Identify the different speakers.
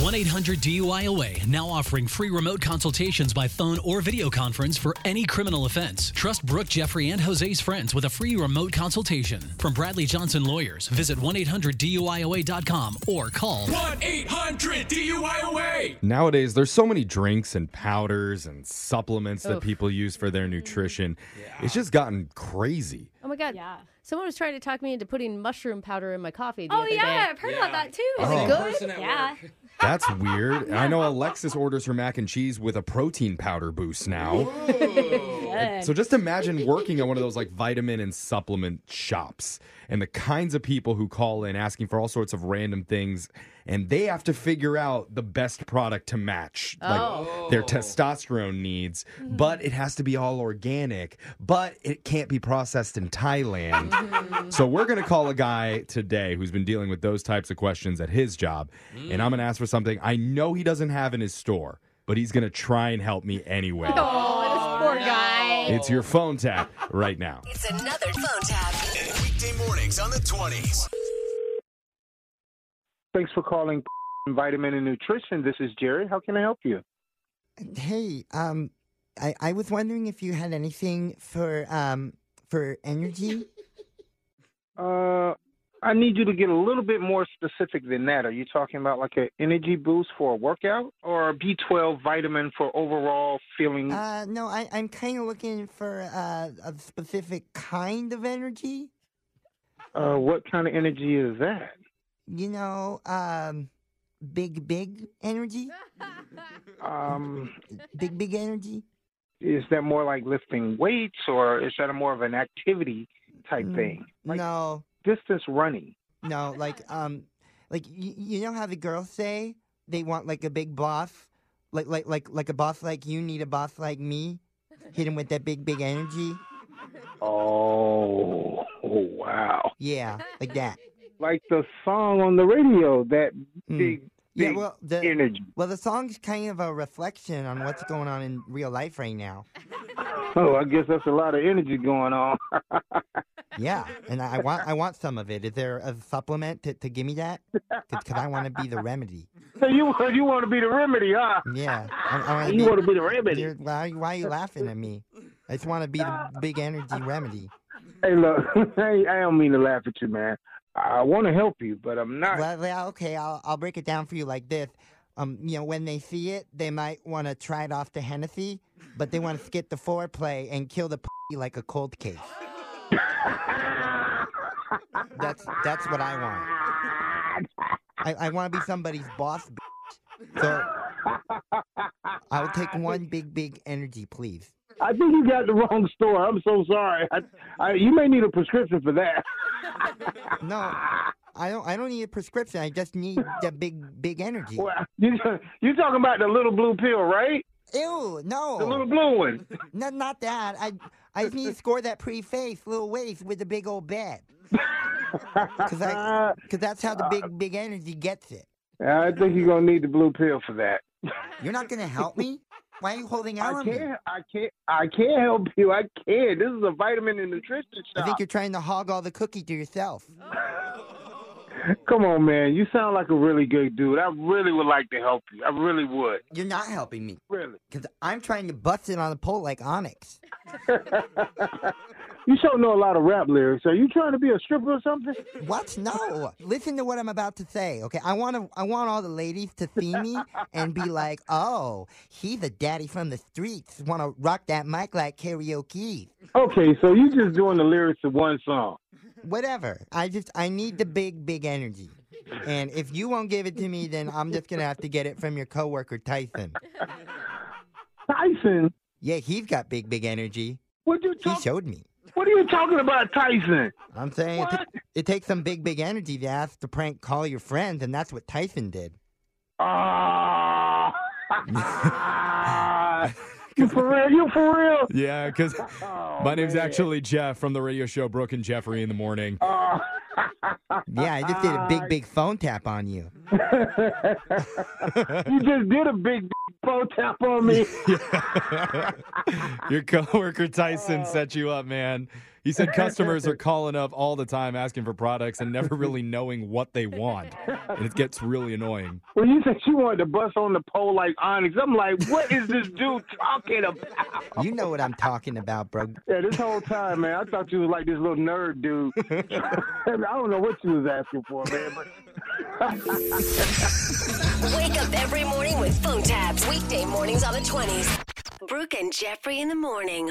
Speaker 1: 1 800 DUIOA now offering free remote consultations by phone or video conference for any criminal offense. Trust Brooke, Jeffrey, and Jose's friends with a free remote consultation. From Bradley Johnson Lawyers, visit 1 800 DUIOA.com or call
Speaker 2: 1 800 DUIOA.
Speaker 3: Nowadays, there's so many drinks and powders and supplements that people use for their nutrition. It's just gotten crazy.
Speaker 4: Oh my god.
Speaker 5: Yeah.
Speaker 4: Someone was trying to talk me into putting mushroom powder in my coffee the
Speaker 5: Oh
Speaker 4: other
Speaker 5: yeah,
Speaker 4: day.
Speaker 5: I've heard about that too.
Speaker 3: Is it
Speaker 5: Like,
Speaker 3: good?
Speaker 4: Person
Speaker 5: yeah.
Speaker 3: That's weird. I know Alexis orders her mac and cheese with a protein powder boost now.
Speaker 5: Good.
Speaker 3: So just imagine working at one of those like vitamin and supplement shops and the kinds of people who call in asking for all sorts of random things and they have to figure out the best product to match like their testosterone needs but it has to be all organic but it can't be processed in Thailand. So we're going to call a guy today who's been dealing with those types of questions at his job and I'm going to ask for something I know he doesn't have in his store but he's going to try and help me anyway.
Speaker 4: Oh, this poor guy.
Speaker 3: It's your phone tap right now.
Speaker 6: It's another phone tap.
Speaker 7: Weekday mornings on the 20s.
Speaker 8: Thanks for calling Vitamin and Nutrition. This is Jerry. How can I help you?
Speaker 9: Hey, um, I, I was wondering if you had anything for um for energy.
Speaker 8: Uh, I need you to get a little bit more specific than that. Are you talking about like an energy boost for a workout or a B12 vitamin for overall feeling?
Speaker 9: Uh, no, I I'm kind of looking for uh, a specific kind of energy.
Speaker 8: Uh, what kind of energy is that?
Speaker 9: You know, um, big big energy,
Speaker 8: Um,
Speaker 9: big big energy.
Speaker 8: is that more like lifting weights or is that a more of an activity type
Speaker 9: Mm,
Speaker 8: thing? Like
Speaker 9: no,
Speaker 8: distance running.
Speaker 9: no, like um, like y- you know how the girls say they want like a big boss, like like like like a boss like you need a boss like me. Hit him with that big big energy.
Speaker 8: Oh, oh wow.
Speaker 9: Yeah, like that.
Speaker 8: Like the song on the radio, that
Speaker 9: Mm.
Speaker 8: big,
Speaker 9: Yeah,
Speaker 8: big
Speaker 9: well, the
Speaker 8: energy.
Speaker 9: Well, the song's kind of a reflection on what's going on in real life right now.
Speaker 8: Oh, I guess that's a lot of energy going on.
Speaker 9: Yeah, and I I want I want some of it. Is there a supplement to, to give me that? Because I want to be the remedy.
Speaker 8: you you want to be the remedy, huh?
Speaker 9: Yeah, I, I wanna
Speaker 8: You want to be the remedy.
Speaker 9: you're- why, are you- why are you laughing at me? I just want to be the big energy remedy.
Speaker 8: Hey, look, hey, I don't mean to laugh at you, man. I want to help you, but I'm not.
Speaker 9: Well, yeah, okay, I'll I'll break it down for you like this. Um, you know, when they see it, they might want to try it off the Hennessy, but they want to skip the foreplay and kill the p- like a cold case. That's that's what I want. I, I want to be somebody's boss. bitch. So I will take one big, big energy, please.
Speaker 8: I think you got the wrong store. I'm so sorry. I, I, you may need a prescription for that.
Speaker 9: No, I don't. I don't need a prescription. I just need the big, big energy.
Speaker 8: Well, you you talking about the little blue pill, right?
Speaker 9: Ew,
Speaker 8: The little
Speaker 9: no,
Speaker 8: blue one.
Speaker 9: not not that. I I just need to score that pretty face, little waist with the big old bat. Cause
Speaker 8: Uh-huh.
Speaker 9: I, cause that's how the big, big energy gets it.
Speaker 8: I think you're gonna need the blue pill for that.
Speaker 9: You're not gonna help me. Why are you holding out
Speaker 8: I
Speaker 9: on me?
Speaker 8: can't. I can't. I can't help you. I can't. This is a vitamin and nutrition
Speaker 9: I
Speaker 8: shop.
Speaker 9: think you're trying to hog all the cookie to yourself.
Speaker 8: Come on, man. You sound like a really good dude. I really would like to help you. I really would.
Speaker 9: You're not helping me.
Speaker 8: Really.
Speaker 9: Cause I'm trying to bust it on a pole like Onyx.
Speaker 8: You sure know a lot of rap lyrics. Are you trying to be a stripper or something?
Speaker 9: What? No. Listen to what I'm about to say. Okay, I want to. I want all the ladies to see me and be like, "Oh, he's a daddy from the streets. Want to rock that mic like karaoke?
Speaker 8: Okay, so you just doing the lyrics to one song.
Speaker 9: Whatever. I just. I need the big, big energy. And if you won't give it to me, then I'm just gonna have to get it from your coworker Tyson.
Speaker 8: Tyson?
Speaker 9: Yeah, he's got big, big energy.
Speaker 8: What you
Speaker 9: He
Speaker 8: talk-
Speaker 9: showed me.
Speaker 8: What are you talking about, Tyson?
Speaker 9: I'm saying it,
Speaker 8: What?
Speaker 9: ta- it takes some big, big energy to ask to prank call your friends, and that's what Tyson did.
Speaker 8: Ah. you for real? You for real?
Speaker 3: Yeah, because my name's actually Jeff from the radio show Brooke and Jeffrey in the morning.
Speaker 8: Ah.
Speaker 9: Yeah, I just did a big, big phone tap on you.
Speaker 8: you just did a big phone tap on me.
Speaker 3: Oh. Your coworker Tyson set you up, man. He said customers are calling up all the time asking for products and never really knowing what they want. And it gets really annoying.
Speaker 8: When you said you wanted to bust on the pole like Onyx, I'm like, what is this dude talking about?
Speaker 9: You know what I'm talking about, bro.
Speaker 8: Yeah, this whole time, man, I thought you was like this little nerd dude. I don't know what you was asking for, man, but
Speaker 6: Wake up every morning with phone tabs. Weekday mornings on the 20s. Brooke and Jeffrey in the morning.